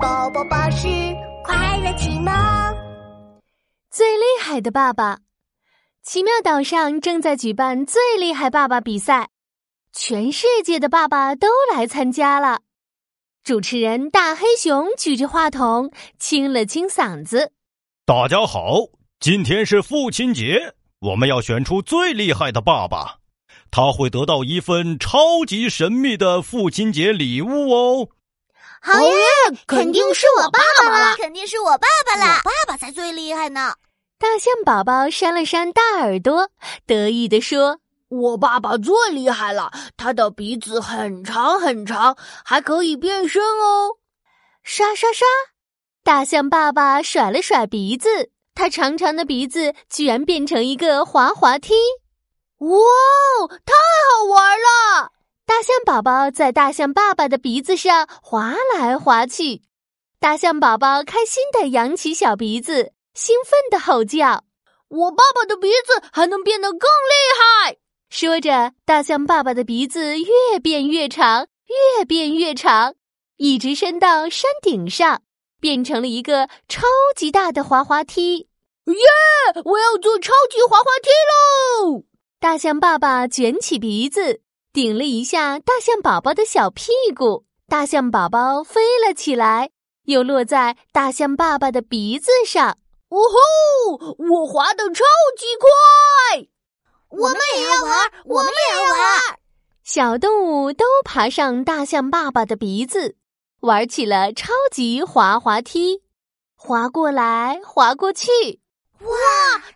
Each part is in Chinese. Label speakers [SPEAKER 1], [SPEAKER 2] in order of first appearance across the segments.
[SPEAKER 1] 宝宝巴士快乐启蒙。
[SPEAKER 2] 最厉害的爸爸，奇妙岛上正在举办最厉害爸爸比赛，全世界的爸爸都来参加了。主持人大黑熊举着话筒，清了清嗓子。
[SPEAKER 3] 大家好，今天是父亲节，我们要选出最厉害的爸爸，他会得到一份超级神秘的父亲节礼物哦。
[SPEAKER 1] 好耶，肯定是我爸爸了，肯定是我爸爸了，我爸爸才最厉害呢。
[SPEAKER 2] 大象宝宝扇了扇大耳朵，得意地说
[SPEAKER 4] 我爸爸最厉害了，他的鼻子很长很长，还可以变身哦。：“
[SPEAKER 2] 刷刷刷！”大象爸爸甩了甩鼻子，他长长的鼻子居然变成一个滑滑梯。
[SPEAKER 4] 哇，太好玩了！
[SPEAKER 2] 大象宝宝在大象爸爸的鼻子上滑来滑去，大象宝宝开心的扬起小鼻子，兴奋的吼叫。
[SPEAKER 4] 我爸爸的鼻子还能变得更厉害。
[SPEAKER 2] 说着，大象爸爸的鼻子越变越长，越变越长，一直伸到山顶上，变成了一个超级大的滑滑梯。
[SPEAKER 4] 我要做超级滑滑梯喽！
[SPEAKER 2] 大象爸爸卷起鼻子，顶了一下大象宝宝的小屁股，大象宝宝飞了起来，又落在大象爸爸的鼻子上。
[SPEAKER 4] 哦吼，我滑的超级快！
[SPEAKER 1] 我们也要玩，我们也要玩。
[SPEAKER 2] 小动物都爬上大象爸爸的鼻子，玩起了超级滑滑梯，滑过来，滑过去。
[SPEAKER 1] 哇，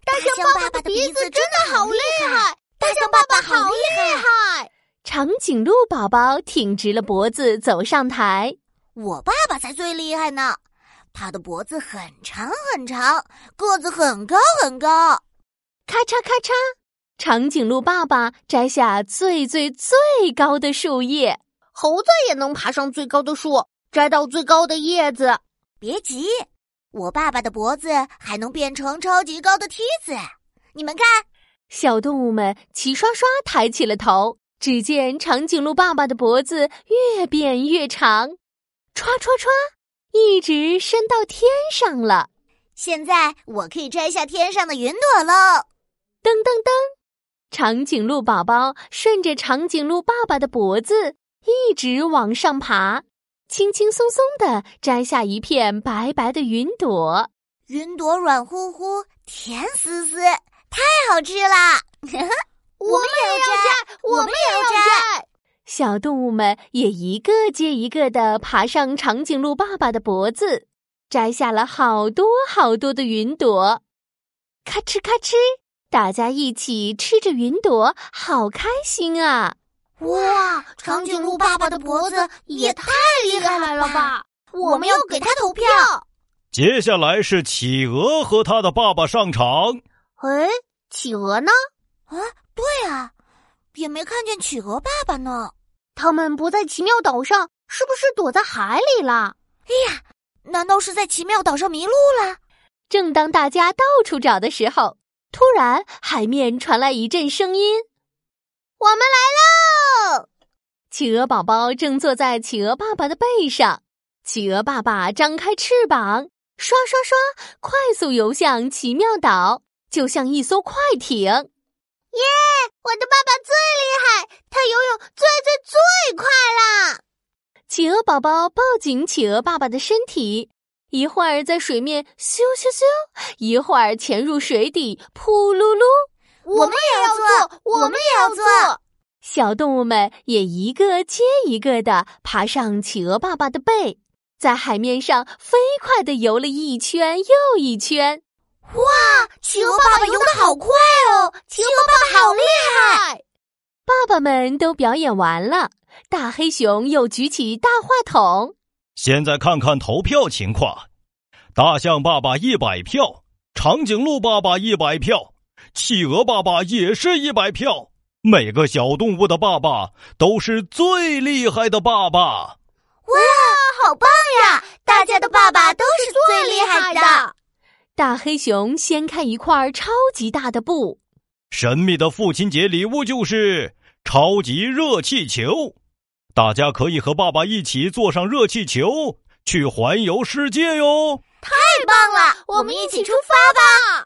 [SPEAKER 1] 大象爸爸的鼻子真的好厉害，大象爸爸好厉害。
[SPEAKER 2] 长颈鹿宝宝挺直了脖子走上台，
[SPEAKER 1] 我爸爸才最厉害呢，他的脖子很长很长，个子很高很高。
[SPEAKER 2] 咔嚓咔嚓，长颈鹿爸爸摘下最最最高的树叶。
[SPEAKER 4] 猴子也能爬上最高的树，摘到最高的叶子。
[SPEAKER 1] 别急，我爸爸的脖子还能变成超级高的梯子，你们看。
[SPEAKER 2] 小动物们齐刷刷抬起了头，只见长颈鹿爸爸的脖子越变越长，歘歘歘，一直伸到天上了。
[SPEAKER 1] 现在我可以摘下天上的云朵喽！
[SPEAKER 2] 噔噔噔，长颈鹿宝宝顺着长颈鹿爸爸的脖子一直往上爬，轻轻松松地摘下一片白白的云朵。
[SPEAKER 1] 云朵软乎乎、甜丝丝，太好吃了！我们也要摘，我们也要摘！
[SPEAKER 2] 小动物们也一个接一个的爬上长颈鹿爸爸的脖子，摘下了好多好多的云朵。咔哧咔哧，大家一起吃着云朵，好开心啊！
[SPEAKER 1] 哇，长颈鹿爸爸的脖子也太厉害了吧！我们要给他投票！
[SPEAKER 3] 接下来是企鹅和他的爸爸上场。
[SPEAKER 4] 哎，企鹅呢？
[SPEAKER 1] 对啊，也没看见企鹅爸爸呢。
[SPEAKER 4] 它们不在奇妙岛上，是不是躲在海里啦？
[SPEAKER 1] 哎难道是在奇妙岛上迷路了？
[SPEAKER 2] 正当大家到处找的时候，突然海面传来一阵声音：“我们来喽！”企鹅宝宝正坐在企鹅爸爸的背上，企鹅爸爸张开翅膀，刷刷刷，快速游向奇妙岛，就像一艘快艇。
[SPEAKER 1] 我的爸爸最厉害，他游泳最最最快啦！
[SPEAKER 2] 企鹅宝宝抱紧企鹅爸爸的身体，一会儿在水面咻咻咻，一会儿潜入水底扑噜噜。
[SPEAKER 1] 我们也要做，我们也要做！
[SPEAKER 2] 小动物们也一个接一个的爬上企鹅爸爸的背，在海面上飞快的游了一圈又一圈。
[SPEAKER 1] 企鹅爸爸游得好快哦，企鹅爸爸好厉害！
[SPEAKER 2] 爸爸们都表演完了，大黑熊又举起大话筒。
[SPEAKER 3] 现在看看投票情况：大象爸爸一百票，长颈鹿爸爸一百票，企鹅爸爸也是一百票。每个小动物的爸爸都是最厉害的爸爸。
[SPEAKER 1] 好棒呀！大家的爸爸都是最厉害的。
[SPEAKER 2] 大黑熊掀开一块超级大的布，
[SPEAKER 3] 神秘的父亲节礼物就是超级热气球，大家可以和爸爸一起坐上热气球，去环游世界哟！
[SPEAKER 1] 太棒了，我们一起出发吧！哦